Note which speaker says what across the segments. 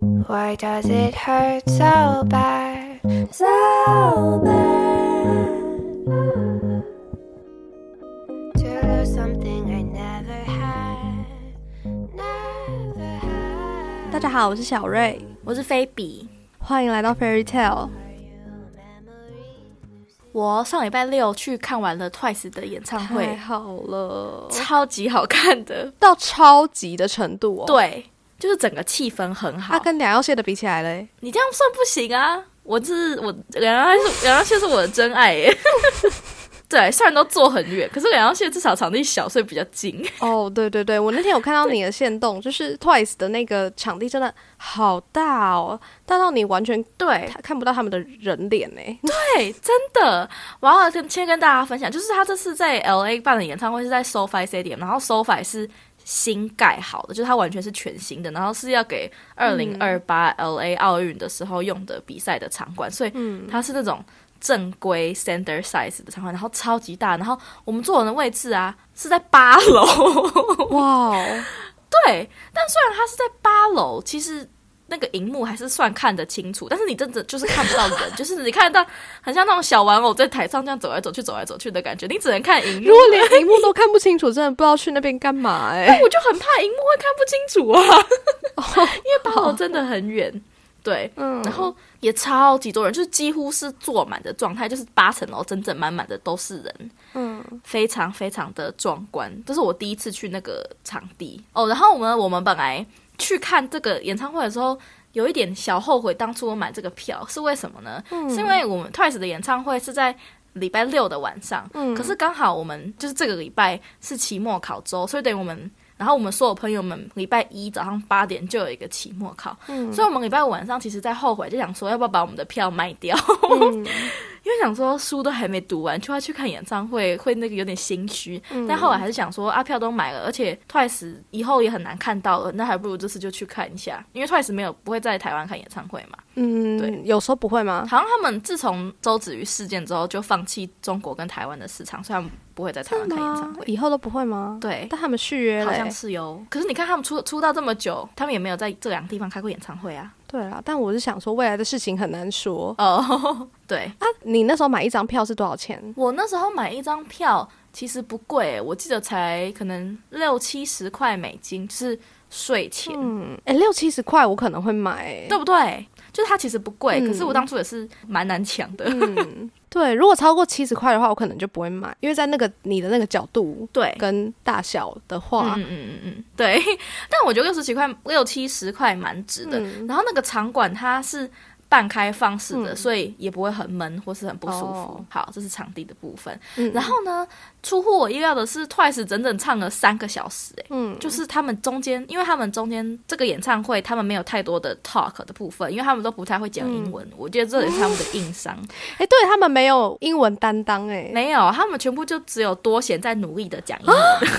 Speaker 1: Why does it hurt so bad? So bad. To lose something I never had. Never
Speaker 2: 大
Speaker 1: had.
Speaker 2: 家好，我是小瑞，
Speaker 3: 我是菲比。
Speaker 2: 欢迎来到 Fairy Tale。
Speaker 3: 我上礼拜六去看完了 Twice 的演唱
Speaker 2: 太
Speaker 3: 会，
Speaker 2: 好了，
Speaker 3: 超级好看的。
Speaker 2: 到超级的程度哦。，
Speaker 3: 对，就是整个气氛很好。
Speaker 2: 它、跟两要蟹的比起来嘞，
Speaker 3: 你这样算不行啊！我是我两张蟹，两张蟹是 我的真爱耶。 对，虽然都坐很远，可是两张蟹至少场地小，所以比较近。
Speaker 2: 哦，对对对，我那天有看到你的线动，就是 Twice 的那个场地真的好大哦，大到你完全
Speaker 3: 对
Speaker 2: 看不到他们的人脸欸呢。
Speaker 3: 对，真的。我要跟先跟大家分享，就是他这次在 L A 办的演唱会是在 SoFi Stadium，然后 SoFi 是新盖好的，就是它完全是全新的，然后是要给二零二八 L A 奥运的时候用的比赛的场馆，所以它是那种正规 standard size 的场馆，然后超级大，然后我们坐人的位置啊是在八楼，
Speaker 2: 哇哦，
Speaker 3: 对，但虽然它是在八楼，其实那个荧幕还是算看得清楚，但是你真的就是看不到人，就是你看得到很像那种小玩偶在台上这样走来走去、走来走去的感觉，你只能看荧 幕
Speaker 2: 如。果连荧幕都看不清楚，真的不知道去那边干嘛哎。
Speaker 3: 我就很怕荧幕会看不清楚啊，因为八楼真的很远。对，
Speaker 2: 嗯
Speaker 3: 然后也超级多人，就是几乎是坐满的状态，就是八层楼整整满满的都是人，
Speaker 2: 嗯，
Speaker 1: Hmm.
Speaker 3: 非常非常的壮观。这是我第一次去那个场地哦。然后我们我们本来去看这个演唱会的时候，有一点小后悔，当初我买这个票是为什么呢？
Speaker 2: 嗯
Speaker 3: 是因为我们 Twice 的演唱会是在礼拜六的晚上，
Speaker 2: 嗯
Speaker 3: 可是刚好我们就是这个礼拜是期末考周，所以等于我们。然后我们所有朋友们礼拜一早上八点就有一个期末考，
Speaker 2: 嗯
Speaker 3: 所以我们礼拜五晚上其实在后悔，就想说要不要把我们的票卖掉，
Speaker 2: 嗯
Speaker 3: 因为想说书都还没读完，就要去看演唱会，会那个有点心虚。
Speaker 2: 嗯
Speaker 3: 但后来还是想说，啊，票都买了，而且 Twice 以后也很难看到了，那还不如这次就去看一下，因为 Twice 没有不会在台湾看演唱会嘛。对
Speaker 2: 嗯，有时候不会吗？
Speaker 3: 好像他们自从周子瑜事件之后，就放弃中国跟台湾的市场，所以他们不会在台湾
Speaker 2: 真的
Speaker 3: 开演唱
Speaker 2: 吗？
Speaker 3: 会。
Speaker 2: 以后都不会吗？
Speaker 3: 对，
Speaker 2: 但他们续约
Speaker 3: 好
Speaker 2: 嘞
Speaker 3: 像。是哟。可是你看他们出出道这么久，他们也没有在这两个地方开过演唱会啊。
Speaker 2: 对啦，但我是想说，未来的事情很难说
Speaker 3: 哦， 对，
Speaker 2: 啊。你那时候买一张票是多少钱？
Speaker 3: 我那时候买一张票其实不贵，我记得才可能六七十块美金，就是税前，
Speaker 2: 嗯，哎、六七十块我可能会买、欸。
Speaker 3: 对不对？就是它其实不贵，
Speaker 2: 嗯
Speaker 3: 可是我当初也是蛮难抢的。
Speaker 2: 嗯，对，如果超过七十块的话，我可能就不会买，因为在那个你的那个角度
Speaker 3: 对，
Speaker 2: 跟大小的
Speaker 3: 嗯
Speaker 2: 话，
Speaker 3: 嗯嗯嗯，对。 但我觉得六十几块、六七十块蛮值的。
Speaker 2: 嗯
Speaker 3: 然后那个场馆它是半开放式的，所以也不会很闷或是很不舒服。
Speaker 2: 哦
Speaker 3: 好，这是场地的部分。
Speaker 2: 嗯
Speaker 3: 然后呢，出乎我意料的是，Twice 整整唱了三个小时、欸，
Speaker 2: 嗯
Speaker 3: 就是他们中间，因为他们中间这个演唱会，他们没有太多的 talk 的部分，因为他们都不太会讲英文，
Speaker 2: 嗯
Speaker 3: 我觉得这也是他们的硬伤。
Speaker 2: 哎、对他们没有英文担当、哎，
Speaker 3: 没有，他们全部就只有多贤在努力的讲英文，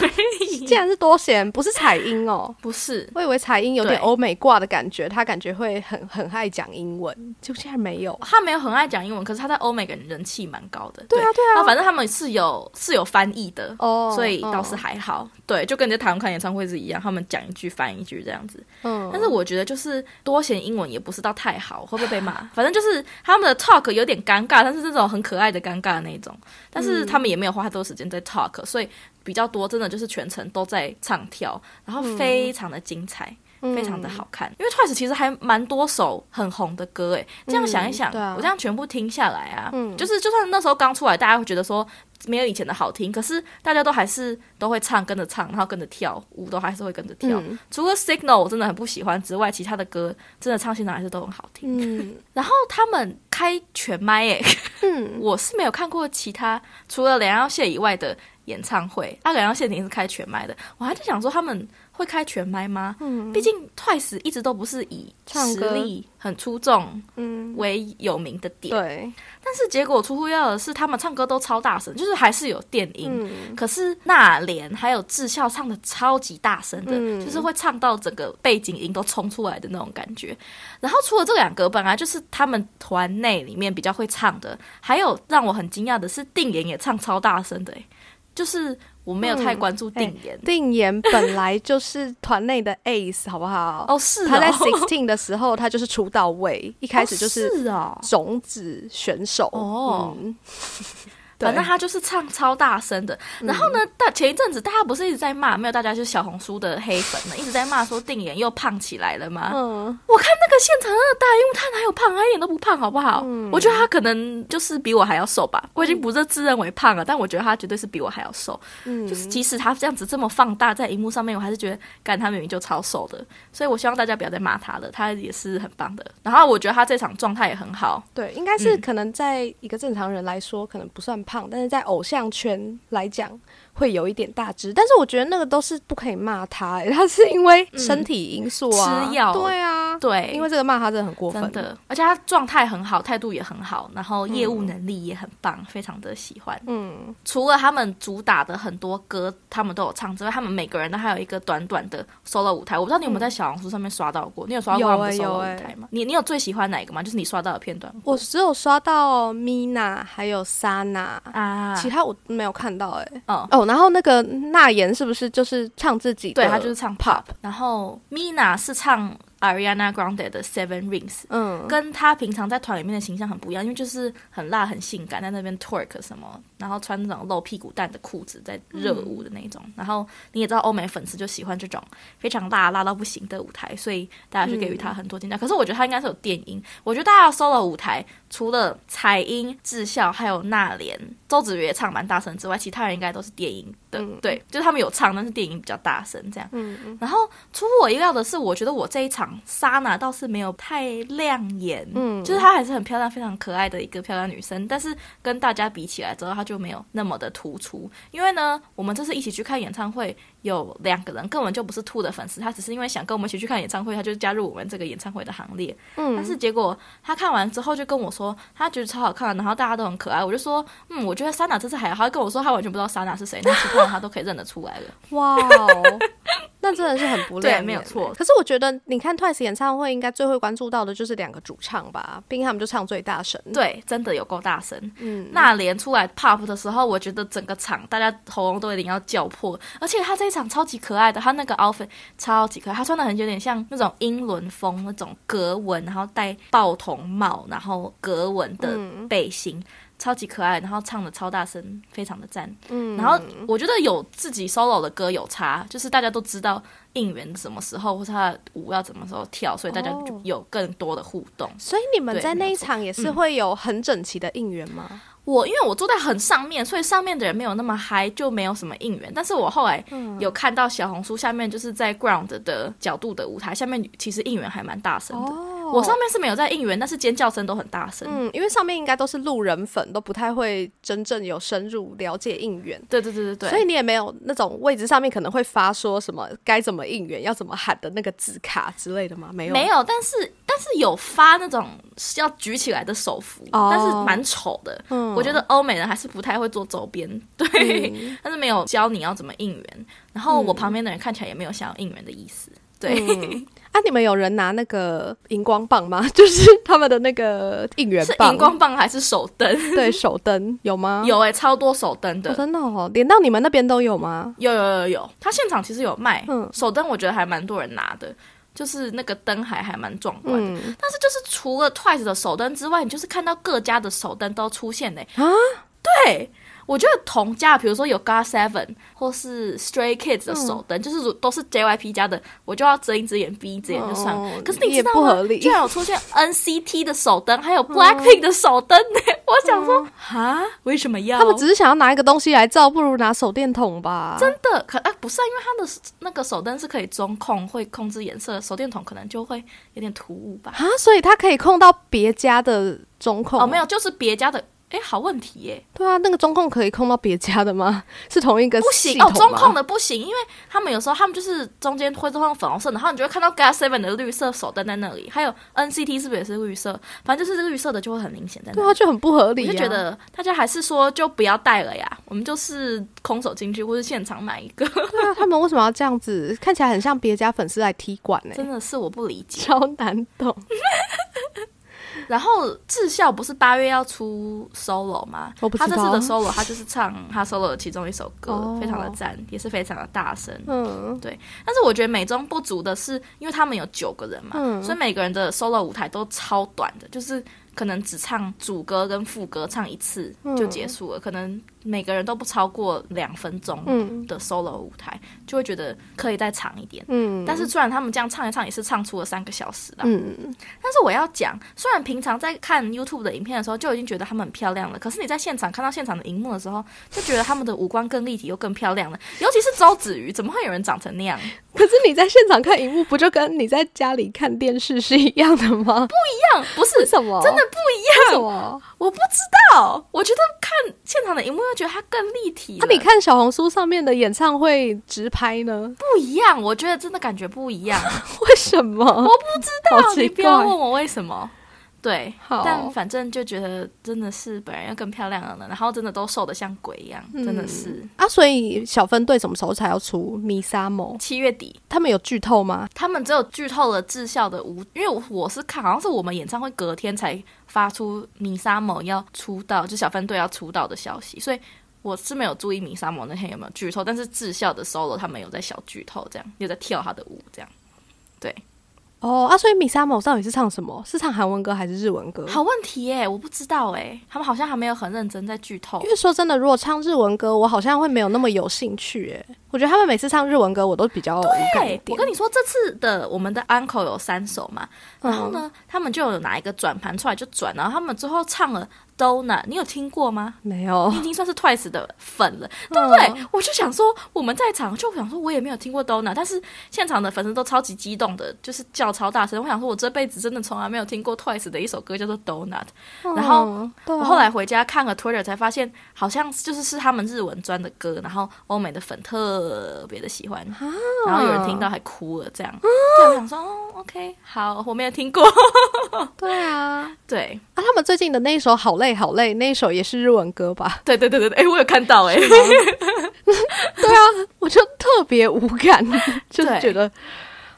Speaker 2: 竟然是多贤，不是彩英 哦。
Speaker 3: 不是。
Speaker 2: 我以为彩英有点
Speaker 3: 对
Speaker 2: 欧美挂的感觉，他感觉会很很爱讲英文，就竟然没有。
Speaker 3: 他没有很爱讲英文，可是他在欧美给人人气蛮高的。
Speaker 2: 对啊，对
Speaker 3: 那
Speaker 2: 啊，
Speaker 3: 反正他们是有是有翻译的，
Speaker 2: 哦
Speaker 3: 所以倒是
Speaker 2: 哦
Speaker 3: 还好。对，就跟人家台湾看演唱会是一样，他们讲一句翻一句这样子。
Speaker 2: 嗯，
Speaker 3: 但是我觉得就是多贤英文也不是到太好，会不会被骂？反正就是他们的 talk 有点尴尬，但是那种很可爱的尴尬的那种。但是他们也没有花太多时间在 talk，所以比较多真的就是全程都在唱跳，然后非常的精彩。
Speaker 2: 嗯
Speaker 3: 非常的好看，因为 Twice 其实还蛮多首很红的歌诶。这样想一想，
Speaker 2: 嗯对啊嗯
Speaker 3: 我这样全部听下来啊，就是就算那时候刚出来，大家会觉得说没有以前的好听，可是大家都还是都会唱，跟着唱，然后跟着跳，舞都还是会跟着跳。
Speaker 2: 嗯
Speaker 3: 除了 Signal 我真的很不喜欢之外，其他的歌真的唱现场还是都很好听。
Speaker 2: 嗯
Speaker 3: 然后他们开全麦诶，
Speaker 2: 嗯，
Speaker 3: 我是没有看过其他除了梁耀谢以外的演唱会，啊，梁耀谢肯定是开全麦的，我还在想说他们会开全麦吗？
Speaker 1: 嗯 Hmm.
Speaker 3: 毕竟 Twice 一直都不是以
Speaker 2: 唱
Speaker 3: 实
Speaker 2: 歌
Speaker 3: 力很出众
Speaker 2: 嗯
Speaker 3: 为有名的点，
Speaker 2: 对，
Speaker 3: 但是结果出乎意料的是，他们唱歌都超大声，就是还是有电音，
Speaker 2: 嗯
Speaker 3: 可是那莲还有智孝唱的超级大声的，
Speaker 2: 嗯
Speaker 3: 就是会唱到整个背景音都冲出来的那种感觉。然后除了这两个，本来就是他们团内里面比较会唱的，还有让我很惊讶的是，定妍也唱超大声的、欸，就是。我没有太
Speaker 2: 嗯
Speaker 3: 关注定言。
Speaker 2: 定妍本来就是团内的 ace，好不好？
Speaker 3: 哦，是
Speaker 2: 他在
Speaker 3: 哦
Speaker 2: sixteen 的时候，他就是出道位，一开始就
Speaker 3: 哦
Speaker 2: 是
Speaker 3: 是哦，
Speaker 2: 种子选手
Speaker 3: 哦
Speaker 2: 嗯对嗯
Speaker 3: 反正他就是唱超大声的。然后呢，大前一阵子大家不是一直在骂，没有大家就是小红书的黑粉呢，一直在骂说定妍又胖起来了吗？
Speaker 2: 嗯，
Speaker 3: 我看那个现场那个大荧幕，他哪有胖？他一点都不胖，好不好？
Speaker 2: 嗯
Speaker 3: 我觉得他可能就是比我还要瘦吧。我已经不是自认为胖了，但我觉得他绝对是比我还要瘦。
Speaker 2: 嗯
Speaker 3: 就是即使他这样子这么放大在荧幕上面，我还是觉得，干他明明就超瘦的。所以我希望大家不要再骂他了，他也是很棒的。然后我觉得他这场状态也很好，
Speaker 2: 对，应该是
Speaker 3: 嗯
Speaker 2: 可能在一个正常人来说，可能不算胖，但是在偶像圈来讲会有一点大只。但是我觉得那个都是不可以骂他、欸， 他是因为身体因素啊，
Speaker 3: 嗯吃药
Speaker 2: 对啊，
Speaker 3: 对，
Speaker 2: 因为这个骂他真的很过分
Speaker 3: 真。的，而且他状态很好，态度也很好，然后业务能力也很棒，非常的喜欢。
Speaker 2: 嗯，
Speaker 3: 除了他们主打的很多歌，他们都有唱之外，他们每个人都还有一个短短的 solo 舞台。我不知道你有没有在小红书上面刷到过，你有刷到过他们的
Speaker 2: 有欸
Speaker 3: solo
Speaker 2: 有欸
Speaker 3: 舞台吗？你你有最喜欢哪一个吗？就是你刷到的片段
Speaker 2: 我只有刷到 Mina 还有 Sana，、
Speaker 3: 啊
Speaker 2: 其他我没有看到哎、欸
Speaker 3: 哦
Speaker 2: 哦，然后那个那言是不是就是唱自己的？
Speaker 3: 对，他就是唱 pop，然后 Mina 是唱 Ariana Grande 的 Seven Rings。
Speaker 2: 嗯，
Speaker 3: 跟她平常在团里面的形象很不一样，因为就是很辣、很性感，在那边 twerk 什么，然后穿那种露屁股蛋的裤子，在热舞的那种。然后你也知道，欧美粉丝就喜欢这种非常辣、辣到不行的舞台，所以大家就给予她很多惊讶。可是我觉得她应该是有电音，我觉得大家的 solo 舞台除了彩音、智孝还有娜莲、周子瑜也唱蛮大声之外，其他人应该都是电音的。对，就是他们有唱，但是电音比较大声这样。然后出乎我意料的是，我觉得我这一场莎娜倒是没有太亮眼，嗯，就是她还是很漂亮、非常可爱的一个漂亮女生，但是跟大家比起来之后，她就没有那么的突出。因为呢，我们这次一起去看演唱会，有两个人根本就不是兔的粉丝，他只是因为想跟我们一起去看演唱会，他就加入我们这个演唱会的行列。嗯，但是结果他看完之后就跟我说，他觉得超好看，然后大家都很可爱。我就说，嗯，我觉得莎娜这次还好。他跟我说他完全不知道莎娜是谁，但其他人他都可以认得出来了。
Speaker 2: 哇哦， 那真的是很不亮眼欸
Speaker 3: 对没有 错
Speaker 2: 可是我觉得，你看 Twice 演唱会，应该最会关注到的就是两个主唱吧，毕竟他们就唱最大声。，
Speaker 3: 对，真的有够大声。
Speaker 2: 嗯，
Speaker 3: 那连出来 pop 的时候，我觉得整个场大家喉咙都有点要叫破，而且他这一场超级可爱的，他那个 outfit 超级可爱，他穿的很有点像那种英伦风那种格纹，然后戴豹头帽，然后格纹的
Speaker 2: 嗯
Speaker 3: 背心。超级可爱，然后唱的超大声，非常的赞。嗯，然后我觉得有自己 solo 的歌有差，就是大家都知道应援什么时候，或是他的舞要什么时候跳，所以大家就
Speaker 2: 哦
Speaker 3: 有更多的互动。
Speaker 2: 所以你们
Speaker 3: 对
Speaker 2: 在那
Speaker 3: 没
Speaker 2: 一
Speaker 3: 有错
Speaker 2: 场也是会有很整齐的应援吗？
Speaker 3: 我因为我坐在很上面，所以上面的人没有那么嗨，就没有什么应援。但是我后来
Speaker 2: 嗯
Speaker 3: 有看到小红书下面就是在 ground 的角度的舞台下面，其实应援还蛮大声的。
Speaker 2: 哦
Speaker 3: 我上面是没有在应援，但是尖叫声都很大声。
Speaker 2: 嗯，因为上面应该都是路人粉，都不太会真正有深入了解应援。
Speaker 3: 对对对对对，
Speaker 2: 所以你也没有那种位置上面可能会发说什么该怎么应援、要怎么喊的那个字卡之类的吗？没有，
Speaker 3: 没有，但是但是有发那种要举起来的手幅，
Speaker 2: 哦
Speaker 3: 但是蛮丑的。
Speaker 2: 嗯
Speaker 3: 我觉得欧美人还是不太会做周边， 对，但是没有教你要怎么应援。然后我旁边的人看起来也没有想要应援的意思，对。
Speaker 2: 啊，你们有人拿那个荧光棒吗？ 就是他们的那个应援
Speaker 3: 是
Speaker 2: 棒，
Speaker 3: 荧光棒还是手灯？
Speaker 2: 对手灯有吗？
Speaker 3: 有哎、超多手灯的
Speaker 2: 哦、，真的哦，连到你们那边都有吗？
Speaker 3: 有有有有，他现场其实有卖，
Speaker 2: 嗯
Speaker 3: 手灯我觉得还蛮多人拿的，就是那个灯还还蛮壮观的。
Speaker 2: 嗯，
Speaker 3: 但是就是除了 Twice 的手灯之外，你就是看到各家的手灯都出现嘞、
Speaker 2: 啊，
Speaker 3: 对。我觉得同家，比如说有 God Seven 或是 Stray Kids 的手
Speaker 2: 嗯
Speaker 3: 灯，就是如都是 JYP 家的，我就要睁一只眼闭一只眼就算了。
Speaker 2: 哦
Speaker 3: 可是你
Speaker 2: 也
Speaker 3: 知道
Speaker 2: 不
Speaker 3: 吗
Speaker 2: 合理？嗯
Speaker 3: 居然有出现 NCT 的手灯，还有 Blackpink 的手灯呢、我想说，哈、为什么要？
Speaker 2: 他们只是想要拿一个东西来照，不如拿手电筒吧。
Speaker 3: 真的可啊，不是、啊、因为它的那个手灯是可以中控，会控制颜色，手电筒可能就会有点突兀吧。
Speaker 2: 啊，所以他可以控到别家的中控
Speaker 3: 哦，没有，就是别家的，哎，好问题耶，
Speaker 2: 对啊，那个中控可以控到别家的吗？是同一个
Speaker 3: 不
Speaker 2: 呃系
Speaker 3: 行
Speaker 2: 统
Speaker 3: 哦，中
Speaker 2: 吗
Speaker 3: 控的不行，因为他们有时候他们就是中间会都用粉红色，然后你就会看到 Gas Seven 的绿色手灯在那里，还有 NCT 是不是也是绿色？反正就是绿色的就会很明显在那
Speaker 2: 对
Speaker 3: 里。
Speaker 2: 啊，就很不合理、
Speaker 3: 我
Speaker 2: 啊。
Speaker 3: 就觉得大家还是说就不要带了呀，我们就是空手进去，或是现场买一个，
Speaker 2: 对啊，他们为什么要这样子？看起来很像别家粉丝来踢馆呢、欸
Speaker 3: 真的是我不理解。
Speaker 2: 超难懂。
Speaker 3: 然后智孝不是八月要出 solo 吗？
Speaker 2: 我不知
Speaker 3: 他
Speaker 2: 道
Speaker 3: 这次的 solo 他就是唱他 solo 的其中一首歌，
Speaker 2: 哦
Speaker 3: 非常的赞，也是非常的大声。
Speaker 2: 嗯，
Speaker 3: 但是我觉得美中不足的是，因为他们有九个人嘛，
Speaker 2: 嗯
Speaker 3: 所以每个人的 solo 舞台都超短的，就是可能只唱主歌跟副歌唱一次
Speaker 2: 嗯
Speaker 3: 就结束了，可能每个人都不超过两分钟
Speaker 2: 嗯
Speaker 3: 的 solo 舞台，就会觉得可以再长一点。
Speaker 2: 嗯，
Speaker 3: 但是虽然他们这样唱一唱也是唱出了三个小时啦，
Speaker 2: 嗯，
Speaker 3: 但是我要讲，虽然平常在看 YouTube 的影片的时候就已经觉得他们很漂亮了，可是你在现场看到现场的荧幕的时候，就觉得他们的五官更立体又更漂亮了。尤其是周子瑜，怎么会有人长成那样？
Speaker 2: 可是你在现场看荧幕，不就跟你在家里看电视是一样的吗？
Speaker 3: 这样不
Speaker 2: 为
Speaker 3: 是
Speaker 2: 什么？
Speaker 3: 真的
Speaker 2: 为
Speaker 3: 不一
Speaker 2: 什
Speaker 3: 样，
Speaker 2: 么？
Speaker 3: 我不知道。我觉得看现场的荧幕，又觉得它更立体
Speaker 2: 那、
Speaker 3: 了。
Speaker 2: 啊你看小红书上面的演唱会直拍呢？
Speaker 3: 不一样，我觉得真的感觉不一 样。
Speaker 2: 为什么？
Speaker 3: 我不知道
Speaker 2: 好，奇
Speaker 3: 你不要
Speaker 2: 怪
Speaker 3: 问我为什么。对，
Speaker 2: 好
Speaker 3: 但反正就觉得真的是本人又更漂亮了呢，然后真的都瘦的像鬼一样，真的是
Speaker 2: 啊，所以小分队什么时候才要出《弥撒某》？
Speaker 3: 七月底
Speaker 2: 他们有剧透吗？
Speaker 3: 他们只有剧透了智孝的舞，因为我是看好像是我们演唱会隔天才发出米沙某要出道，就小分队要出道的消息，所以我是没有注意米沙某那天有没有剧透，但是智孝的 solo 他们有在小剧透，这样有在跳他的舞，这样
Speaker 2: 哦啊，所以《米沙某》到底是唱什么？是唱韩文歌还是日文歌？
Speaker 3: 好问题耶、我不知道哎、他们好像还没有很认真在剧透
Speaker 2: 因，为说真的，如果唱日文歌，我好像会没有那么有兴趣诶。我觉得他们每次唱日文歌，我都比较无感一
Speaker 3: 对，我
Speaker 2: 点。
Speaker 3: 跟你说，这次的我们的 uncle 有三首嘛，
Speaker 2: 嗯
Speaker 3: 然后呢，他们就有拿一个转盘出来就转，然后他们最后唱了 Dona，你有听过吗？
Speaker 2: 没有
Speaker 3: 你已经算是 Twice 的粉了，对不对？
Speaker 2: 嗯
Speaker 3: 我就想说，我们在场就想说，我也没有听过 Dona，但是现场的粉丝都超级激动的，就是叫超大声。我想说，我这辈子真的从来没有听过 Twice 的一首歌叫做 Dona。然后
Speaker 2: 嗯对啊
Speaker 3: 我后来回家看了 Twitter 才发现，好像就是是他们日文专的歌，然后欧美的粉特别的喜欢，
Speaker 2: 啊
Speaker 3: 然后有人听到还哭了，这样。对，我想说，哦，OK，好，我没有听过。
Speaker 2: 对啊，
Speaker 3: 对，
Speaker 2: 啊，他们最近的那一首《好累好累》，那一首也是日文歌吧？
Speaker 3: 对对对对对，哎，我有看到哎、
Speaker 2: 对啊，我就特别无感， 就是
Speaker 3: 对
Speaker 2: 觉得，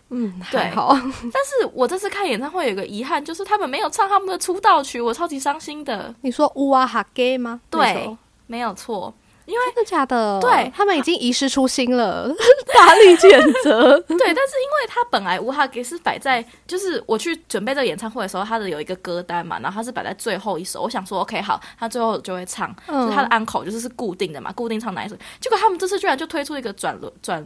Speaker 2: 嗯，
Speaker 3: 对
Speaker 2: 还好。
Speaker 3: 但是我这次看演唱会有个遗憾，就是他们没有唱他们的出道曲，我超级伤心的。
Speaker 2: 你说乌啊哈 gay 吗？
Speaker 3: 对
Speaker 2: 那首
Speaker 3: 没有 错，
Speaker 2: 真的假的？
Speaker 3: 对
Speaker 2: 他们已经遗失初心了，大力谴责。
Speaker 3: 对，但是因为他本来吴哈给是摆在，就是我去准备这个演唱会的时候，他的有一个歌单嘛，然后他是摆在最后一首，我想说 OK 好，他最后就会唱，
Speaker 2: 嗯
Speaker 3: 就是他的安口就是是固定的嘛，固定唱哪一首。结果他们这次居然就推出一个转轮转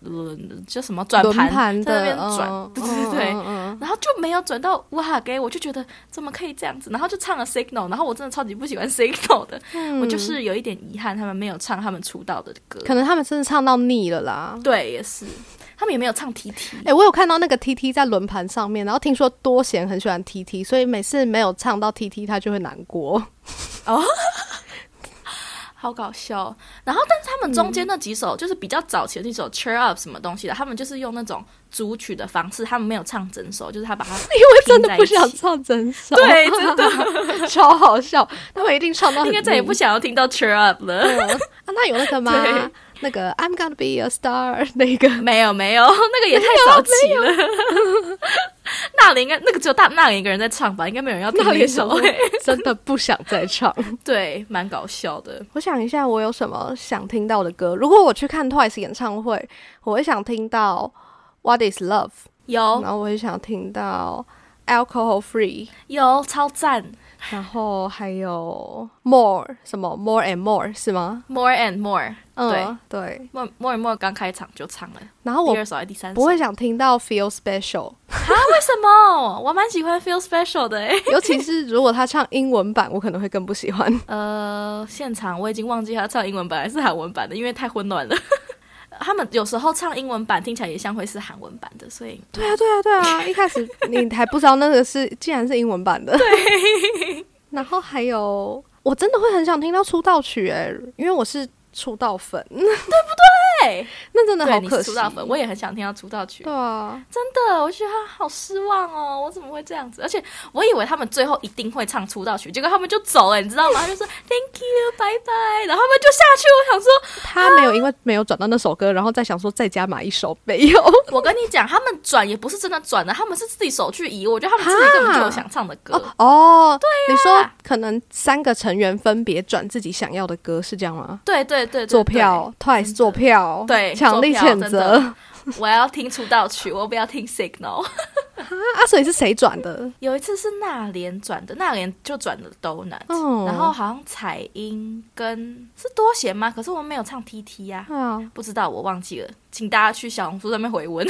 Speaker 3: 轮叫什么转
Speaker 2: 轮
Speaker 3: 盘，
Speaker 2: 盘
Speaker 3: 在那
Speaker 2: 的
Speaker 3: 边转，
Speaker 2: 嗯
Speaker 3: 对对对。
Speaker 2: 嗯嗯嗯
Speaker 3: 然后就没有转到哇给，我就觉得怎么可以这样子？然后就唱了 Signal，然后我真的超级不喜欢 Signal 的，我就是有一点遗憾，他们没有唱他们出道的歌。
Speaker 2: 可能他们真的唱到腻了啦。
Speaker 3: 对，也是，他们也没有唱 T T，
Speaker 2: 哎、我有看到那个 T T 在轮盘上面，然后听说多贤很喜欢 T T，所以每次没有唱到 T T，他就会难过。
Speaker 3: 好搞笑哦。然后，但是他们中间那几首、就是比较早期的那首 Cheer Up 什么东西的，他们就是用那种组曲的方式，他们没有唱整首，就是他把它
Speaker 2: 因为真的
Speaker 3: 拼在一
Speaker 2: 不
Speaker 3: 起
Speaker 2: 想唱整首，
Speaker 3: 对，真的
Speaker 2: 超好笑。他们一定唱到
Speaker 3: 应该再也不
Speaker 2: 行。
Speaker 3: 想要听到 Cheer Up 了。
Speaker 2: 啊，那有那个吗
Speaker 3: 对？
Speaker 2: 那个 I'm gonna be a star 那个，
Speaker 3: 没有没有，那个也太早期了。 那里应该那个只有大那里一个人在唱吧，应该没有人要听
Speaker 2: 那
Speaker 3: 那
Speaker 2: 里
Speaker 3: 首
Speaker 2: 首。真的不想再唱。
Speaker 3: 对，蛮搞笑的。
Speaker 2: 我想一下，我有什么想听到的歌？如果我去看 Twice 演唱会，我会想听到 What Is Love，、
Speaker 3: 有
Speaker 2: 然后我会想听到 Alcohol Free，
Speaker 3: 有超赞
Speaker 2: 然后还有 More 什么 More and More 是吗？
Speaker 3: ，More and More，
Speaker 2: 嗯，对。
Speaker 3: More More and More 刚开场就唱了
Speaker 2: 然后
Speaker 3: 第
Speaker 2: 我
Speaker 3: 二首还是第三首？
Speaker 2: 不会想听到 Feel Special，
Speaker 3: 啊？为什么？我蛮喜欢 Feel Special 的欸诶。
Speaker 2: 尤其是如果他唱英文版，我可能会更不喜欢。
Speaker 3: 呃，现场我已经忘记他唱英文版还是韩文版的，因为太混乱了。 他们有时候唱英文版听起来也像会是韩文版的，所以
Speaker 2: 对啊，对啊，对啊！一开始 你还不知道那个是，竟然是英文版的。对。 然后还欸有，我真的会很想听到出道曲哎、因为我是出道粉。
Speaker 3: 对，
Speaker 2: 那真的
Speaker 3: 对
Speaker 2: 好
Speaker 3: 你
Speaker 2: 可
Speaker 3: 是
Speaker 2: 惜
Speaker 3: 出。道粉，我也很想听他出道曲
Speaker 2: 对。啊，
Speaker 3: 真的，我觉得他好失望哦，我怎么会这样子？而且我以为他们最后一定会唱出道曲，结果他们就走了，你知道吗？他就说 Thank you，拜拜，然后他们就下去。我想说，
Speaker 2: 他没有因为没有转到那首歌，然后再想说再加买一首，没有。
Speaker 3: 我跟你讲，他们转也不是真的转的，他们是自己手去移。我觉得他们自己根本就有想唱的啊歌，
Speaker 2: 哦，对、你说可能三个成员分别转自己想要的歌是这样吗？
Speaker 3: 对对对对，
Speaker 2: 做票，Twice 做票，
Speaker 3: 对
Speaker 2: 强力谴
Speaker 3: 做
Speaker 2: 责
Speaker 3: 票真。对。我要听出道曲，我不要听 Signal。
Speaker 2: 啊，所以是谁转的？
Speaker 3: 有一次是那莲转的，那莲就转了 Donut，、
Speaker 2: 哦
Speaker 3: 嗯然后好像彩英跟是多贤吗？可是我们没有唱 TT 呀、
Speaker 2: 啊，
Speaker 3: 不知道，我忘记了，请大家去小红书上面回温。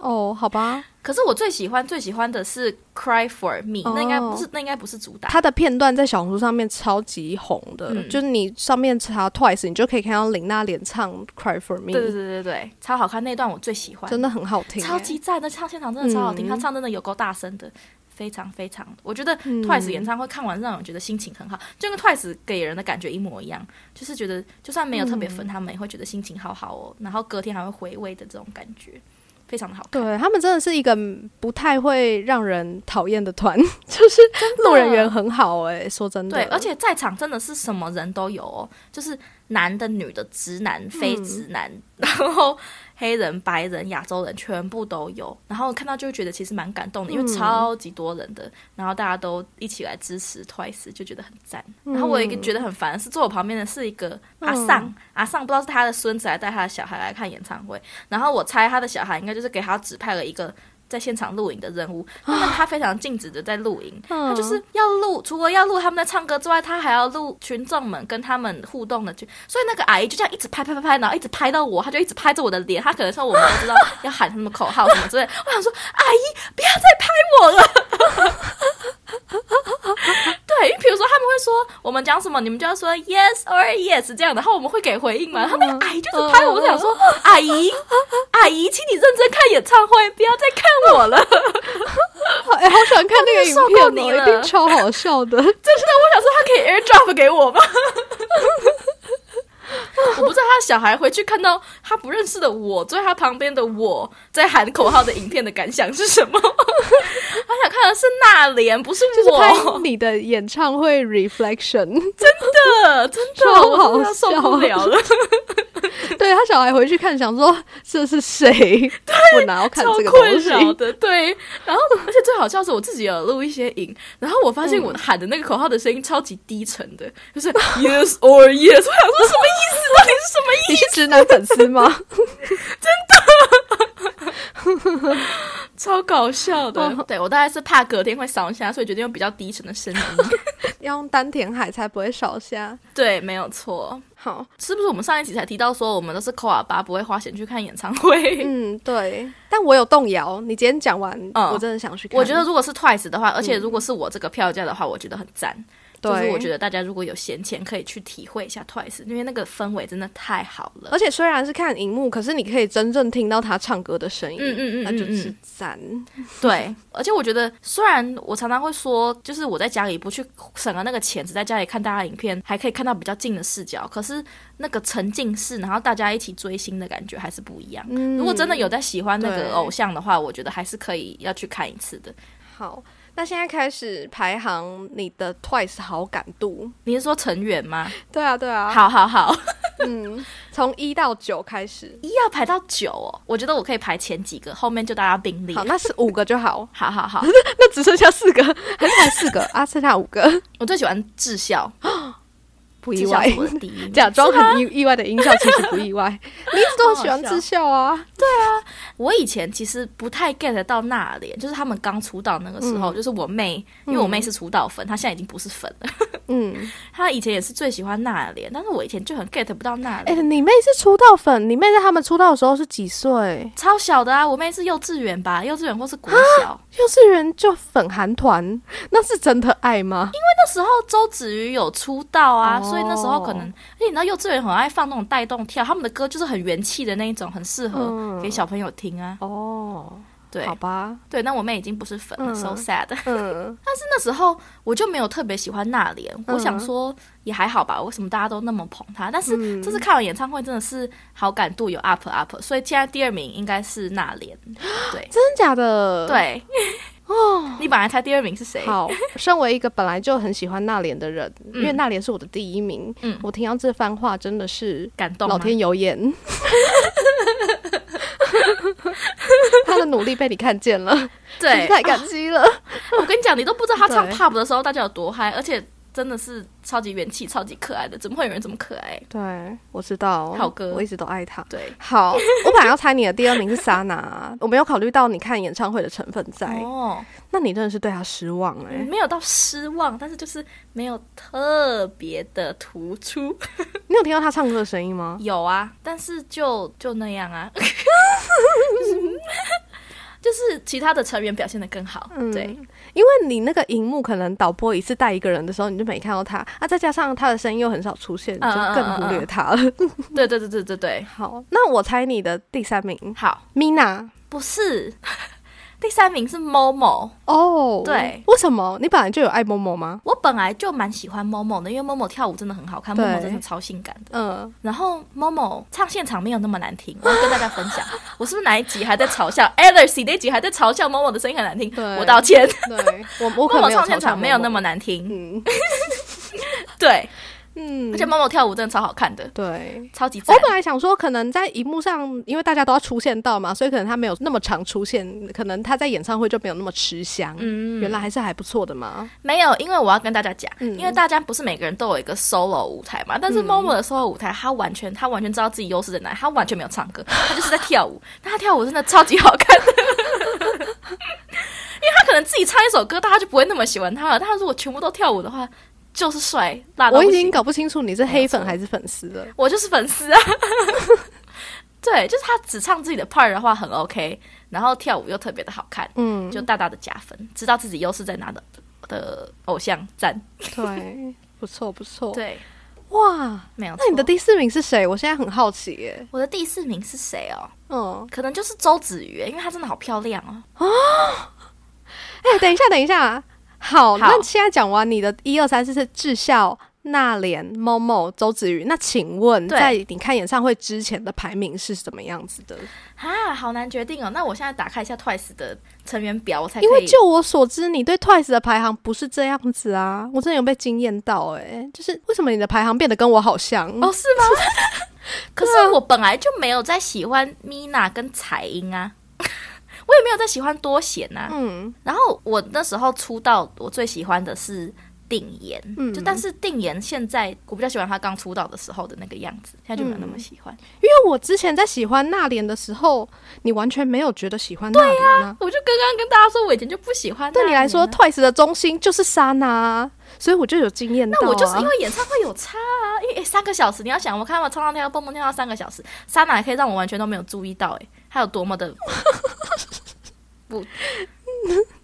Speaker 2: 哦，好吧，
Speaker 3: 可是我最喜欢最喜欢的是《Cry for Me》，
Speaker 2: 哦
Speaker 3: 那应该不是，那应该不是主打。
Speaker 2: 它的片段在小红书上面超级红的，
Speaker 3: 嗯
Speaker 2: 就是你上面查 Twice，你就可以看到林娜连唱《Cry for Me
Speaker 3: 对》，对对对对，超好看那一段我最喜欢，
Speaker 2: 真的很好听、
Speaker 3: 超级赞的，唱现场真的超好听，
Speaker 2: 嗯
Speaker 3: 他唱真的有够大声的。非常非常，我觉得 Twice 演唱会看完让人觉得心情很好，就跟 Twice 给人的感觉一模一样，就是觉得就算没有特别粉他们，也会觉得心情好好哦，然后隔天还会回味的这种感觉，非常的好看。
Speaker 2: 对他们真的是一个不太会让人讨厌的团， 就是
Speaker 3: 的
Speaker 2: 路人缘很好哎、说真的，
Speaker 3: 对，而且在场真的是什么人都有哦，就是男的、女的、直男、非直男，
Speaker 2: 嗯
Speaker 3: 然后黑人、白人、亚洲人全部都有。然后看到就会觉得其实蛮感动的，因
Speaker 2: 嗯
Speaker 3: 为超级多人的，然后大家都一起来支持 Twice，就觉得很赞。
Speaker 2: 嗯
Speaker 3: 然后我有一个觉得很烦的是，坐我旁边的是一个阿尚，
Speaker 2: 嗯
Speaker 3: 阿尚不知道是他的孙子还是带他的小孩来看演唱会，然后我猜他的小孩应该就是给他指派了一个。在现场录影的 任务，那么他非常尽职的在录影，
Speaker 2: 嗯
Speaker 3: 他就是要录，除了要录他们在唱歌之外，他还要录群众们跟他们互动的剧，所以那个阿姨就这样一直拍拍拍拍，然后一直拍到我，她就一直拍着我的脸，她可能说我们都知道要喊什么口号什么之类的，我想说阿姨不要再拍我了。 对，因为比如说他们会说我们讲什么，你们就要说 yes or yes 这样，然后我们会给回应嘛。然后那个阿姨就是拍我，我就想说阿姨，阿姨，请你认真看演唱会，不要再看我了。
Speaker 2: 哎、好喜欢看那个
Speaker 3: 我真的受够
Speaker 2: 影
Speaker 3: 你
Speaker 2: 片哦，
Speaker 3: 了
Speaker 2: 一定超好笑 的。
Speaker 3: 真的，我想说他可以 AirDrop 给我吗？ 我不知道他小孩回去看到他不认识的我坐在他旁边的我在喊口号的影片的感想是什 么？他想看的是那莲，不是
Speaker 2: 就是拍
Speaker 3: 我，
Speaker 2: 你的演唱会 reflection，
Speaker 3: 的真的，
Speaker 2: 超
Speaker 3: 我真的
Speaker 2: 好
Speaker 3: 要受不
Speaker 2: 笑
Speaker 3: 了了，
Speaker 2: 对他小孩回去看，想说这是谁？我哪要看
Speaker 3: 超
Speaker 2: 这个
Speaker 3: 困
Speaker 2: 东西？
Speaker 3: 扰 的。对，然后而且最好笑的是我自己有录一些影，然后我发现我喊的那个口号的声音超级低沉的，就是 yes or yes，我想说什么意思？到底是什么意思？
Speaker 2: 你是直男粉丝吗？
Speaker 3: 超搞笑的。
Speaker 2: 哦
Speaker 3: 对我大概是怕隔天会烧瞎，所以决定用比较低沉的声 音。
Speaker 2: 要用丹田海才不会少虾。
Speaker 3: 对，没有错。
Speaker 2: 好，
Speaker 3: 是不是我们上一集才提到说我们都是抠耳巴，不会花钱去看演唱会？
Speaker 2: 嗯，对。但我有动摇，你今天讲完，
Speaker 3: 嗯
Speaker 2: 我真的想去看。
Speaker 3: 我觉得如果是 Twice 的话，而且如果是我这个票价的话，我觉得很赞。
Speaker 2: 对
Speaker 3: 就是我觉得大家如果有闲钱，可以去体会一下 Twice，因为那个氛围真的太好了。
Speaker 2: 而且虽然是看荧幕，可是你可以真正听到他唱歌的声音，
Speaker 3: 嗯嗯嗯
Speaker 2: 那就是
Speaker 3: 嗯
Speaker 2: 赞。
Speaker 3: 对，而且我觉得，虽然我常常会说，就是我在家里不去省了那个钱，只在家里看大家影片，还可以看到比较近的视角，可是那个沉浸式，然后大家一起追星的感觉还是不一样。
Speaker 2: 嗯
Speaker 3: 如果真的有在喜欢那
Speaker 2: 对
Speaker 3: 个偶像的话，我觉得还是可以要去看一次的。
Speaker 2: 好，那现在开始排行你的 Twice 好感度。
Speaker 3: 你是说成员吗？
Speaker 2: 对啊，对啊。，
Speaker 3: 好好好，
Speaker 2: 嗯，从一到九开始。
Speaker 3: 一要排到九哦，我觉得我可以排前几个，后面就大家并列，
Speaker 2: 好，。那是五个就好
Speaker 3: 好好好，
Speaker 2: 那只剩下四个，还剩下四个啊，剩下五个，
Speaker 3: 我最喜欢智孝，
Speaker 2: 不
Speaker 3: 智
Speaker 2: 意
Speaker 3: 孝
Speaker 2: 外。
Speaker 3: 是我的第一 名。
Speaker 2: 假装很意意外的音效，其实不意外。 你一直都很喜欢智孝啊，
Speaker 3: 我以前其实不太 get 到那莲，就是他们刚出道那个时候，就是我妹，因为我妹是出道粉，她现在已经不是粉 了。
Speaker 2: 嗯，
Speaker 3: 她以前也是最喜欢那莲，但是我以前就很 get 不到那
Speaker 2: 哎、
Speaker 3: 莲，
Speaker 2: 你妹是出道粉，你妹在他们出道的时候是几岁？
Speaker 3: 超小的啊，我妹是幼稚园吧，幼稚园或是国小。哎
Speaker 2: 幼稚园就粉韩团，那是真的爱吗？
Speaker 3: 那时候周子瑜有出道啊，
Speaker 2: 哦
Speaker 3: 所以那时候可能，而且你知道幼稚园很爱放那种带动跳，他们的歌就是很元气的那一种，很适合
Speaker 2: 嗯
Speaker 3: 给小朋友听啊。
Speaker 2: 哦，
Speaker 3: 对
Speaker 2: 好吧，
Speaker 3: 对，那我妹已经不是粉了、
Speaker 2: 嗯
Speaker 3: s o sad。
Speaker 2: 嗯，
Speaker 3: 但是那时候我就没有特别喜欢那莲，
Speaker 2: 嗯
Speaker 3: 我想说也还好吧，为什么大家都那么捧她？但是
Speaker 2: 嗯
Speaker 3: 这次看完演唱会真的是好感度有 up up，所以现在第二名应该是那 莲。对
Speaker 2: 真的假的？，
Speaker 3: 对，哦，你本来猜第二名是谁？
Speaker 2: 好，身为一个本来就很喜欢那莲的人，因为
Speaker 3: 嗯
Speaker 2: 那莲是我的第一名，
Speaker 3: 嗯啊
Speaker 2: 我听到这番话真的是
Speaker 3: 感动吗
Speaker 2: 老天有 眼，他的努力被你看见了，真
Speaker 3: 对 啊
Speaker 2: 是，太感激了。
Speaker 3: 我跟你讲，你都不知道他唱
Speaker 2: 对
Speaker 3: pop 的时候大家有多嗨，而且真的是超级元气、超级可爱的，怎么会有人这么可爱？
Speaker 2: 对，我知道，
Speaker 3: 好歌
Speaker 2: 我一直都爱他。
Speaker 3: 对，
Speaker 2: 好，我本来要猜你的第二名是莎 娜，我没有考虑到你看演唱会的成分在，
Speaker 3: 哦，
Speaker 2: 那你真的是对他失望哎、
Speaker 3: 没有到失望，但是就是没有特别的突出。
Speaker 2: 你有听到他唱歌的声音吗？
Speaker 3: 有啊，但是就就那样啊， 就是其他的成员表现的更好。
Speaker 2: 嗯
Speaker 3: 对，
Speaker 2: 因为你那个荧幕可能导播一次带一个人的时候，你就没看到他啊，再加上他的声音又很少出现，你就
Speaker 3: 嗯
Speaker 2: 更忽略他了。
Speaker 3: 对对对对对对，
Speaker 2: 好，那我猜你的第三名
Speaker 3: 好，
Speaker 2: ，Mina
Speaker 3: 不是 第三名是 Momo，
Speaker 2: 哦，
Speaker 3: 对
Speaker 2: 为什么？你本来就有爱某某吗？
Speaker 3: 我本来就蛮喜欢 Momo 的，因为 Momo 跳舞真的很好看
Speaker 2: 对
Speaker 3: ，Momo 真的超性感的。
Speaker 2: 嗯，
Speaker 3: 然后 Momo 唱现场没有那么难听，我要跟大家分享， 我是不是哪一集还在嘲笑 Alice 那集还在嘲笑 Momo 的声音很难听
Speaker 2: 对，
Speaker 3: 我道歉。
Speaker 2: 对，我我可能
Speaker 3: ，Momo
Speaker 2: 没有
Speaker 3: 唱现场没有那么难听，
Speaker 2: 嗯
Speaker 3: 对，
Speaker 2: 嗯，
Speaker 3: 而且 Momo 跳舞真的超好看的，
Speaker 2: 对。
Speaker 3: 超级赞
Speaker 2: 我。本来想说，可能在荧幕上，因为大家都要出现到嘛，所以可能他没有那么常出现，可能他在演唱会就没有那么吃香。
Speaker 3: 嗯
Speaker 2: 原来还是还不错的嘛。
Speaker 3: 没有，因为我要跟大家讲，
Speaker 2: 嗯
Speaker 3: 因为大家不是每个人都有一个 solo 舞台嘛，但是 Momo 的 solo 舞台，他完全他完全知道自己优势在哪里，他完全没有唱歌， 他就是在跳舞，但他跳舞真的超级好看的。 因为他可能自己唱一首歌，大家就不会那么喜欢他了。但他如果全部都跳舞的话，就是帅辣到
Speaker 2: 我
Speaker 3: 啊不
Speaker 2: 已经
Speaker 3: 行。
Speaker 2: 搞不清楚你是黑粉还是粉丝了。
Speaker 3: 我就是粉丝啊。 对，就是他只唱自己的 part 的话很 OK，然后跳舞又特别的好看，
Speaker 2: 嗯，
Speaker 3: 就大大的加分，知道自己优势在哪的的偶像赞。
Speaker 2: 对，不错不错。，
Speaker 3: 对，
Speaker 2: 哇，
Speaker 3: 没有错。
Speaker 2: 那你的第四名是谁？我现在很好奇耶。
Speaker 3: 我的第四名是谁哦？
Speaker 2: 嗯，
Speaker 3: 可能就是周子瑜，因为她真的好漂亮哦。
Speaker 2: 哎、等一下，等一下，好，
Speaker 3: 好
Speaker 2: 那现在讲完你的一二三四是智孝、那莲、某某、周子瑜，那请问
Speaker 3: 对
Speaker 2: 在你看演唱会之前的排名是什么样子的？
Speaker 3: 啊，好难决定哦。那我现在打开一下 TWICE 的成员表，我才可以。
Speaker 2: 因为就我所知，你对 TWICE 的排行不是这样子啊，我真的有被惊艳到哎、就是为什么你的排行变得跟我好像？
Speaker 3: 哦，是吗？ 可是我本来就没有在喜欢 Mina 跟彩英啊， 我也没有在喜欢多贤啊。
Speaker 2: 嗯，
Speaker 3: 然后我那时候出道，我最喜欢的是定妍，
Speaker 2: 嗯
Speaker 3: 就但是定妍现在我比较喜欢她刚出道的时候的那个样子，现在就没有那么喜欢。
Speaker 2: 因为我之前在喜欢那莲的时候，你完全没有觉得喜欢那莲啊。
Speaker 3: 我就刚刚跟大家说，我以前就不喜欢。
Speaker 2: 对你来说、，t w i c e 的中心就是莎娜啊，所以我就有经验到、啊。
Speaker 3: 那我就是因为演唱会有差啊，因为、诶三个小时，你要想，我看我唱唱跳跳蹦蹦跳跳三个小时，莎娜也可以让我完全都没有注意到、诶，她有多么的不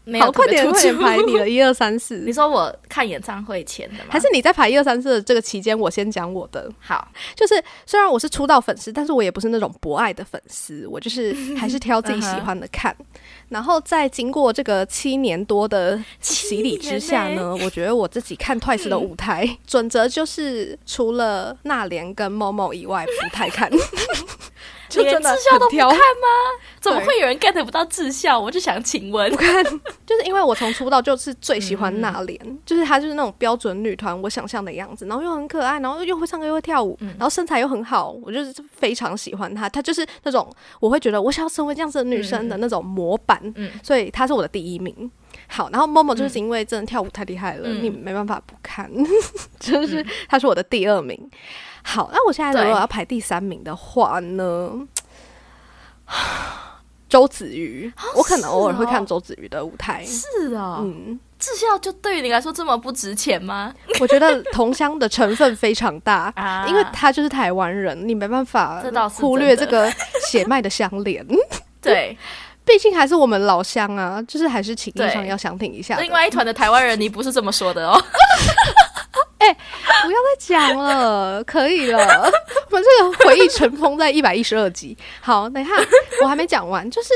Speaker 3: 没有
Speaker 2: 好，快
Speaker 3: 特别
Speaker 2: 点
Speaker 3: 突
Speaker 2: 快点
Speaker 3: 出
Speaker 2: 排你。 的一二三四
Speaker 3: 你。说我看演唱会前的吗？
Speaker 2: 还是你在排一二三四的这个期间，我先讲我的。
Speaker 3: 好
Speaker 2: 就是虽然我是出道粉丝，但是我也不是那种博爱的粉丝，我 就是还是挑自己喜欢的看。
Speaker 3: 嗯
Speaker 2: 然后在经过这个七年多的洗礼之下
Speaker 3: 七年
Speaker 2: 呢，我觉得我自己看 TWICE 的舞台、 准则就是除了那莲跟某某以外不太 看，就真的
Speaker 3: 你连智孝都
Speaker 2: 很
Speaker 3: 不看
Speaker 2: 挑。
Speaker 3: 吗？ 怎么
Speaker 2: 对
Speaker 3: 会有人 get 不到智孝？我就想请问，
Speaker 2: 就是因为我从出道就是最喜
Speaker 3: 嗯
Speaker 2: 欢那莲，就是她就是那种标准女团我想象的样子，然后又很可爱，然后又会唱歌又会跳
Speaker 3: 嗯
Speaker 2: 舞，然后身材又很好，我就是非常喜欢她。她就是那种我会觉得我想要成为这样子的女生的那种模板，
Speaker 3: 嗯
Speaker 2: 所以她是我的第一名。好，然后 Momo 就是因为真的跳舞太厉害了，
Speaker 3: 嗯
Speaker 2: 你没办法不看， 就是她是我的第二名。好，那我现在如
Speaker 3: 对
Speaker 2: 果要排第三名的话呢？周子瑜，
Speaker 3: 哦
Speaker 2: 我可能偶尔会看周子瑜的舞台，
Speaker 3: 是哦，
Speaker 2: 嗯，
Speaker 3: 智孝就对于你来说这么不值钱吗？，
Speaker 2: 我觉得同乡的成分非常大
Speaker 3: 啊
Speaker 2: 因为他就是台湾人，你没办法
Speaker 3: 这倒是
Speaker 2: 忽略这
Speaker 3: 真
Speaker 2: 个血脉的相连。
Speaker 3: 对，
Speaker 2: 毕竟还是我们老乡啊，就是还是情义上
Speaker 3: 对
Speaker 2: 要相挺一下的。
Speaker 3: 另外一团的台湾人，你不是这么说的哦。
Speaker 2: 不要再讲了，可以了。 我们这个回忆尘封在一百一十二集。好，等一下，我还没讲完，就是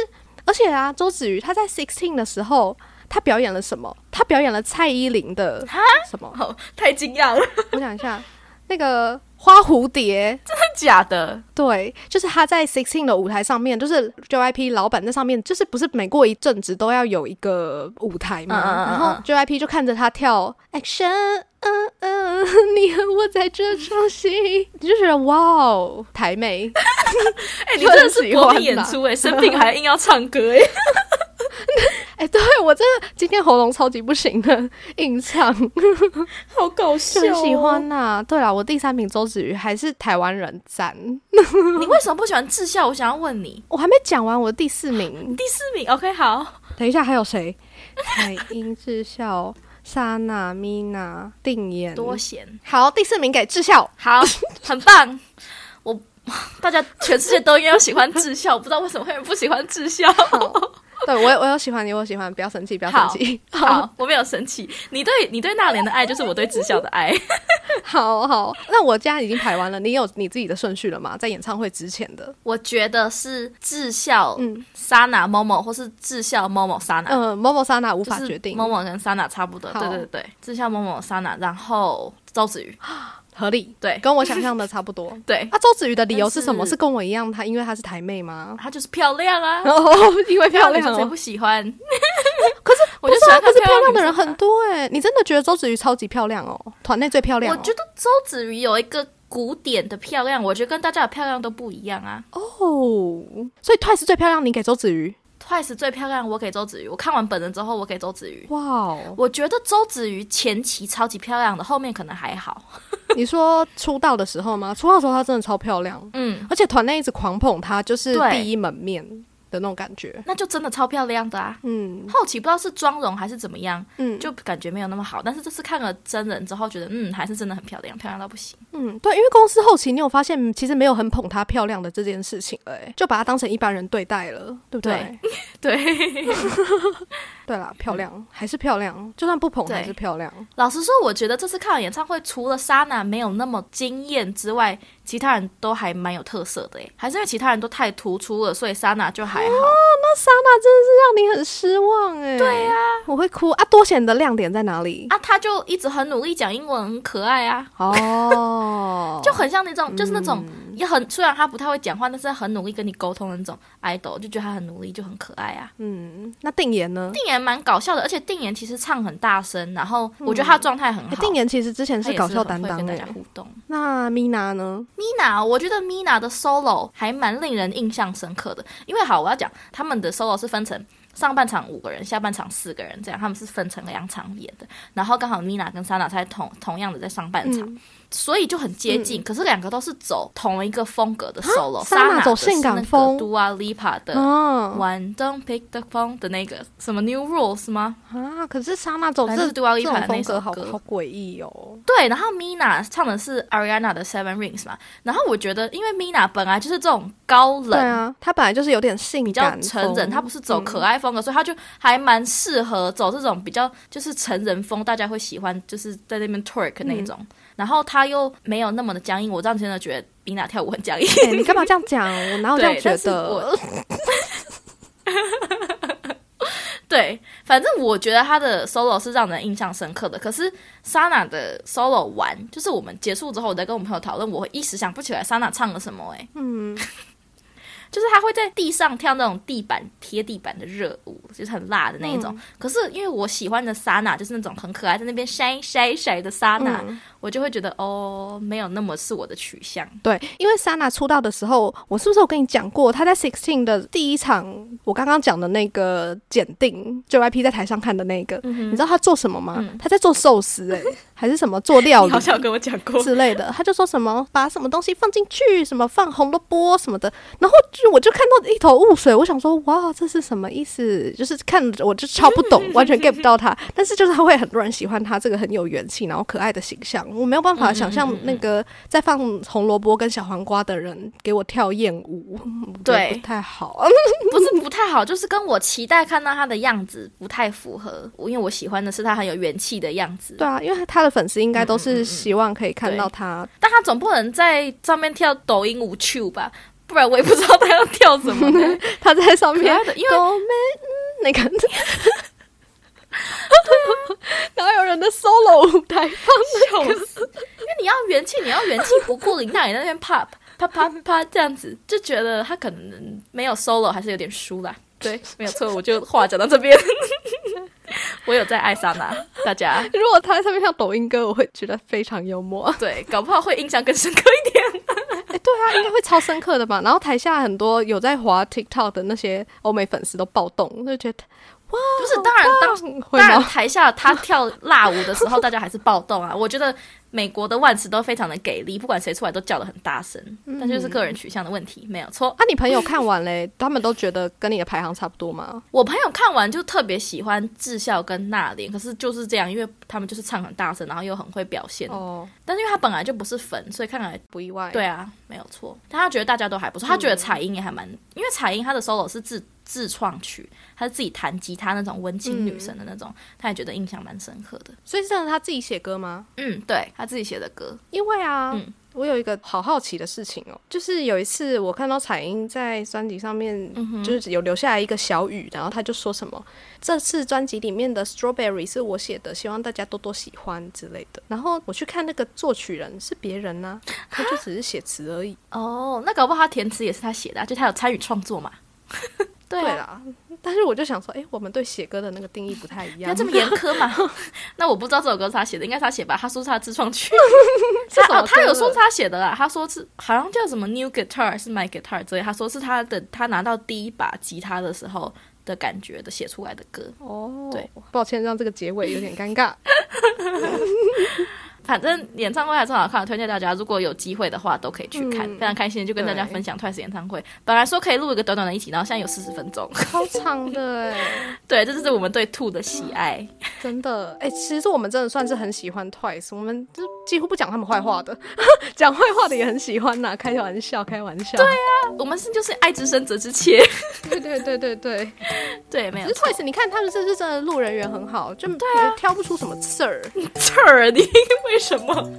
Speaker 2: 而且啊，周子瑜他在 Sixteen 的时候，他表演了什么？他表演了蔡依林的
Speaker 3: 哈
Speaker 2: 什么？
Speaker 3: 好，太惊讶了，
Speaker 2: 我想一下，那个花蝴蝶，
Speaker 3: 真假的？
Speaker 2: 对，就是他在 Sixteen 的舞台上面，就是 JYP 老板在上面，就是不是每过一阵子都要有一个舞台嘛？
Speaker 3: 嗯嗯嗯嗯
Speaker 2: 然后 JYP 就看着他跳 Action，嗯嗯，你和我在这场戏，你就觉得哇哦，台妹，
Speaker 3: 哎、你真的是国
Speaker 2: 很喜欢
Speaker 3: 民演
Speaker 2: 啦
Speaker 3: 出哎、生病还硬要唱歌哎、
Speaker 2: 哎、对我真的今天喉咙超级不行的，硬唱。
Speaker 3: 好搞笑、哦
Speaker 2: 就很喜。欢呐、对啦，我第三名周子瑜还是台湾人赞。
Speaker 3: 你为什么不喜欢智孝？我想要问你，
Speaker 2: 我还没讲完我的第四名，
Speaker 3: 第四名，OK，好，
Speaker 2: 等一下还有 谁？海英、智孝、莎娜、米娜、定妍。
Speaker 3: 多贤，
Speaker 2: 好，第四名给智孝。
Speaker 3: 好，很棒。我 大家全世界都应该喜欢智孝，不知道为什么会有人不喜欢智孝。
Speaker 2: 哦 对我有我有喜欢你，我有喜欢，不要生气，不要生气。
Speaker 3: 好，我没有生气。你对你对那莲的爱，就是我对智孝的爱。
Speaker 2: 好好，那我现在已经排完了，你有你自己的顺序了吗？在演唱会之前的，
Speaker 3: 我觉得是智孝
Speaker 2: 嗯
Speaker 3: 莎娜某某，或是智孝某某莎娜，
Speaker 2: 嗯，某某莎娜无
Speaker 3: 啊就
Speaker 2: 法
Speaker 3: 是
Speaker 2: 决定，
Speaker 3: 某某跟莎娜差不多。
Speaker 2: 好
Speaker 3: 对对对对，智孝某某莎娜，然后周子瑜，
Speaker 2: 合理，
Speaker 3: 对
Speaker 2: 跟我想象的差不 多。
Speaker 3: 对，
Speaker 2: 啊，周子瑜的理由是什么？
Speaker 3: 但是
Speaker 2: 是跟我一样，她因为她是台妹 吗？
Speaker 3: 她就是漂亮啊，
Speaker 2: 哦， 因为漂亮
Speaker 3: 谁
Speaker 2: 哦
Speaker 3: 不。喜 欢？
Speaker 2: 可是
Speaker 3: 啊 我就
Speaker 2: 不是
Speaker 3: 喜
Speaker 2: 啊
Speaker 3: 欢
Speaker 2: 可
Speaker 3: 看
Speaker 2: 是
Speaker 3: 漂
Speaker 2: 漂
Speaker 3: 亮
Speaker 2: 亮的
Speaker 3: 女
Speaker 2: 人
Speaker 3: 生
Speaker 2: 很多哎、你真的觉得周子瑜超级漂亮哦，团内最漂亮、
Speaker 3: 我
Speaker 2: 哦。
Speaker 3: 觉得周子瑜有一个古典的漂亮，我觉得跟大家的漂亮都不一样啊。
Speaker 2: 哦，所以 Twice 最漂亮，你给周子瑜？
Speaker 3: Twice 最漂亮，我给周子瑜。我看完本人之后，我给周子瑜。
Speaker 2: 哇哦！
Speaker 3: 我觉得周子瑜前期超级漂亮的，后面可能还好。
Speaker 2: 你说出道的时候吗？出道的时候她真的超漂亮，
Speaker 3: 嗯，
Speaker 2: 而且团内一直狂捧她，就是
Speaker 3: 对
Speaker 2: 第一门面的那种感觉。
Speaker 3: 那就真的超漂亮的啊。
Speaker 2: 嗯
Speaker 3: 后期不知道是妆容还是怎么样，
Speaker 2: 嗯，
Speaker 3: 就感觉没有那么好。但是这次看了真人之后，觉得嗯，还是真的很漂亮，漂亮到不行。
Speaker 2: 嗯对，因为公司后期你有发现，其实没有很捧她漂亮的这件事情了、欸，就把她当成一般人对待了，对不对？对
Speaker 3: 对，
Speaker 2: 啦，漂亮还是漂亮，就算不捧
Speaker 3: 对
Speaker 2: 还是漂亮。
Speaker 3: 老实说，我觉得这次看了演唱会，除了莎娜没有那么惊艳之外，其他人都还蛮有特色的诶。还是因为其他人都太突出了，所以莎娜就还好。
Speaker 2: 那莎娜真的是让你很失望哎、
Speaker 3: 对呀、
Speaker 2: 我会哭啊！多贤的亮点在哪里？
Speaker 3: 啊，她就一直很努力讲英文，很可爱啊，
Speaker 2: 哦
Speaker 3: 就很像那种，就是那种
Speaker 2: 嗯
Speaker 3: 也很虽然她不太会讲话，但是很努力跟你沟通的那种 idol，就觉得她很努力，就很可爱啊。
Speaker 2: 嗯，那定妍呢？
Speaker 3: 定妍蛮搞笑的，而且定妍其实唱很大声，然后我觉得她的状态很好。
Speaker 2: 嗯欸定妍其实之前
Speaker 3: 她
Speaker 2: 是
Speaker 3: 也
Speaker 2: 搞笑
Speaker 3: 很
Speaker 2: 担
Speaker 3: 会
Speaker 2: 当
Speaker 3: 跟
Speaker 2: 哎、
Speaker 3: 大家互动。
Speaker 2: 那米娜呢？
Speaker 3: Mina，我觉得 Mina 的 solo 还蛮令人印象深刻的，因为好，我要讲他们的 solo 是分成上半场五个人，下半场四个人，这样他们是分成两场演的。然后刚好 Mina 跟 Sana 在同同样的在上半场，
Speaker 2: 嗯
Speaker 3: 所以就很接近。可是两个都是走同一个风格的 solo，
Speaker 2: Sana 走性感风
Speaker 3: 杜啊 Lipa 的。
Speaker 2: 啊
Speaker 3: One don't pick the phone 的那个什么 New Rules 吗？
Speaker 2: 啊！可是莎娜走
Speaker 3: 反
Speaker 2: 这
Speaker 3: 正是
Speaker 2: 这
Speaker 3: Dua Lipa
Speaker 2: 种
Speaker 3: 的那
Speaker 2: 风格
Speaker 3: 首
Speaker 2: 好
Speaker 3: 歌
Speaker 2: 好诡异哦。
Speaker 3: 对，然后 Mina 唱的是 Ariana 的 Seven Rings 嘛。然后我觉得，因为 Mina 本来就是这种高冷
Speaker 2: 对，啊，她本来就是有点性
Speaker 3: 比较
Speaker 2: 感
Speaker 3: 成人，
Speaker 2: 风哎嗯
Speaker 3: 他不是走可爱风格，所以他就还蛮适合走这种比较就是成人风，大家会喜欢，就是在那边 twerk 那种。
Speaker 2: 嗯
Speaker 3: 然后他又没有那么的僵硬，我这样真的觉得比娜跳舞很僵硬。
Speaker 2: 欸你干嘛这样讲？我哦哪有这样
Speaker 3: 对
Speaker 2: 觉
Speaker 3: 但是
Speaker 2: 得
Speaker 3: 我？对，反正我觉得他的 solo 是让人印象深刻的。可是 Sana 的 solo 完，就是我们结束之后，我在跟我朋友讨论，我会一时想不起来 Sana 唱了什么、欸。
Speaker 2: 嗯，
Speaker 3: 就是他会在地上跳那种地板贴地板的热舞，就是很辣的那一种。
Speaker 2: 嗯
Speaker 3: 可是因为我喜欢的莎娜就是那种很可爱，在那边晒晒晒的莎娜，
Speaker 2: 嗯
Speaker 3: 我就会觉得哦，没有那么是我的取向。
Speaker 2: 对，因为莎娜出道的时候，我是不是有跟你讲过，她在 Sixteen 的第一场，我刚刚讲的那个检定 JYP 在台上看的那个，
Speaker 3: 嗯
Speaker 2: 你知道她做什么吗？她在做寿司、欸，还是什么做料
Speaker 3: 你好
Speaker 2: 理
Speaker 3: 像有跟我讲过，
Speaker 2: 之类的，她就说什么把什么东西放进去，什么放红萝卜什么的，然后就我就看到一头雾水，我想说哇，这是什么意思？就是看着我就超不懂，完全 get 不到她，但是就是她会很多人喜欢她这个很有元气，然后可爱的形象，我没有办法想象那个在放红萝卜跟小黄瓜的人给我跳艳舞，我觉得
Speaker 3: 对
Speaker 2: 不太好。
Speaker 3: 不是不太好， 就是跟我期待看到他的样子不太符合。因为我喜欢的是他很有元气的样子，
Speaker 2: 对啊，因为她的粉丝应该都是希望可以看到她
Speaker 3: 但他总不能在上面跳抖音舞 t 吧？不不然我也不知道他要跳什么呢。
Speaker 2: 他在上面
Speaker 3: 可爱的因为
Speaker 2: 狗妹嗯那个，啊哪有人的 solo 舞台放那个？
Speaker 3: 因为你要元气，你要元气不顾林娜也在那边 pop。啪啪啪，这样子就觉得他可能没有 solo，还是有点输啦。对，没有错，我就话讲到这边。我有在爱莎娜，大家
Speaker 2: 如果他在上面唱抖音歌，我会觉得非常幽默。
Speaker 3: 对，搞不好会印象更深刻一点。
Speaker 2: 哎、对啊，应该会超深刻的吧？然后台下很多有在滑 TikTok 的那些欧美粉丝都暴动，就觉得哇，
Speaker 3: 不是当然当
Speaker 2: 当会
Speaker 3: 当然，
Speaker 2: 吗？
Speaker 3: 台下他跳辣舞的时候，大家还是暴动啊。我 觉得美国的万词都非常的给力，不管谁出来都叫的很大声，
Speaker 2: 嗯
Speaker 3: 但就是个人取向的问题，没有错。
Speaker 2: 啊，你朋友看完嘞，他们都觉得跟你的排行差不多吗？
Speaker 3: 我朋友看完就特别喜欢智孝跟娜莲，可是就是这样，因为他们就是唱很大声，然后又很会表现。
Speaker 2: 哦，
Speaker 3: 但是因为他本来就不是粉，所以看来
Speaker 2: 不意外。
Speaker 3: 对啊，没有错。但他觉得大家都还不错，他
Speaker 2: 嗯
Speaker 3: 觉得彩英也还蛮，因为彩英她的 solo 是自自创曲，她是自己弹吉他那种文青
Speaker 2: 嗯
Speaker 3: 女神的那种，他也觉得印象蛮深刻的。
Speaker 2: 所以是真的他自己写歌吗？
Speaker 3: 嗯，对他自己写的歌，
Speaker 2: 因为啊，
Speaker 3: 嗯
Speaker 2: 我有一个好好奇的事情哦，就是有一次我看到彩英在专辑上面，
Speaker 3: 嗯
Speaker 2: 就是有留下来一个小雨，然后她就说什么这次专辑里面的 Strawberry 是我写的，希望大家多多喜欢之类的。然后我去看那个作曲人是别人呐、他就只是写词而已。
Speaker 3: 哦，那搞不好他填词也是他写的、啊，就他有参与创作嘛。 对
Speaker 2: 对
Speaker 3: 啊，
Speaker 2: 啦，但是我就想说，哎，我们对写歌的那个定义不太一
Speaker 3: 不要
Speaker 2: 样。
Speaker 3: 这 么严苛嘛。那我不知道这首歌是他写的，应该是他写吧？他说是他自创曲，
Speaker 2: 是什
Speaker 3: 他
Speaker 2: 么
Speaker 3: 哦，他有
Speaker 2: 歌
Speaker 3: 说是他写的啦。他说是好像叫什么 New Guitar 是 My Guitar 之类，他说是他的他拿到第一把吉他的时候的感觉的写出来的歌。
Speaker 2: 哦，
Speaker 3: 对，
Speaker 2: 抱歉让这个结尾有点尴尬。
Speaker 3: 反正演唱会还是很好看，推荐大家如果有机会的话都可以去看，
Speaker 2: 嗯
Speaker 3: 非常开心，就跟大家
Speaker 2: 对
Speaker 3: 分享 Twice 演唱会。本来说可以录一个短短的一集，然后现在有四十分钟。
Speaker 2: 超长的哎、
Speaker 3: 对，这就是我们对兔的喜爱。
Speaker 2: 真的哎、其实我们真的算是很喜欢 Twice，我们就几乎不讲他们坏话的， 讲坏话的也很喜欢呐、开玩笑，开玩笑。对啊，
Speaker 3: 我们是就是爱之深责之切，
Speaker 2: 对对对对对。
Speaker 3: 对，没有
Speaker 2: 可是 Twice，你看他们这次真的路人缘很好，就挑不出什么 刺儿。啊
Speaker 3: 刺儿，你为什么？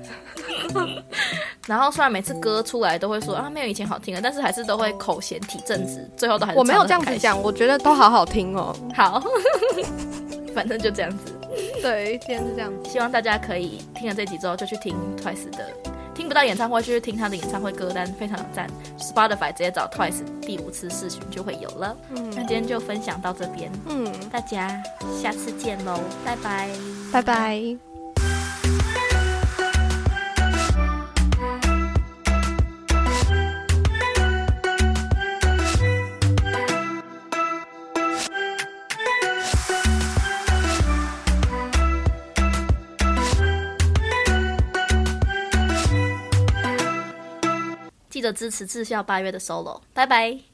Speaker 3: 然后虽然每次歌出来都会说啊没有以前好听了，但是还是都会口嫌体正直，最后都还是
Speaker 2: 我没有
Speaker 3: 唱
Speaker 2: 这样
Speaker 3: 得很
Speaker 2: 子
Speaker 3: 开心。
Speaker 2: 讲，我觉得都好好听哦。
Speaker 3: 好， 反正就这样子。
Speaker 2: 对，今天是这样子。
Speaker 3: 希望大家可以听了这集之后就去听 Twice 的，听不到演唱会就去听他的演唱会歌单，非常有赞。Spotify 直接找 Twice 第五次试巡就会有了。那今天就分享到这边，
Speaker 2: 嗯，
Speaker 3: 大家下次见喽，拜拜。
Speaker 2: 拜拜。
Speaker 3: 记得支持智孝八月的 solo，拜拜。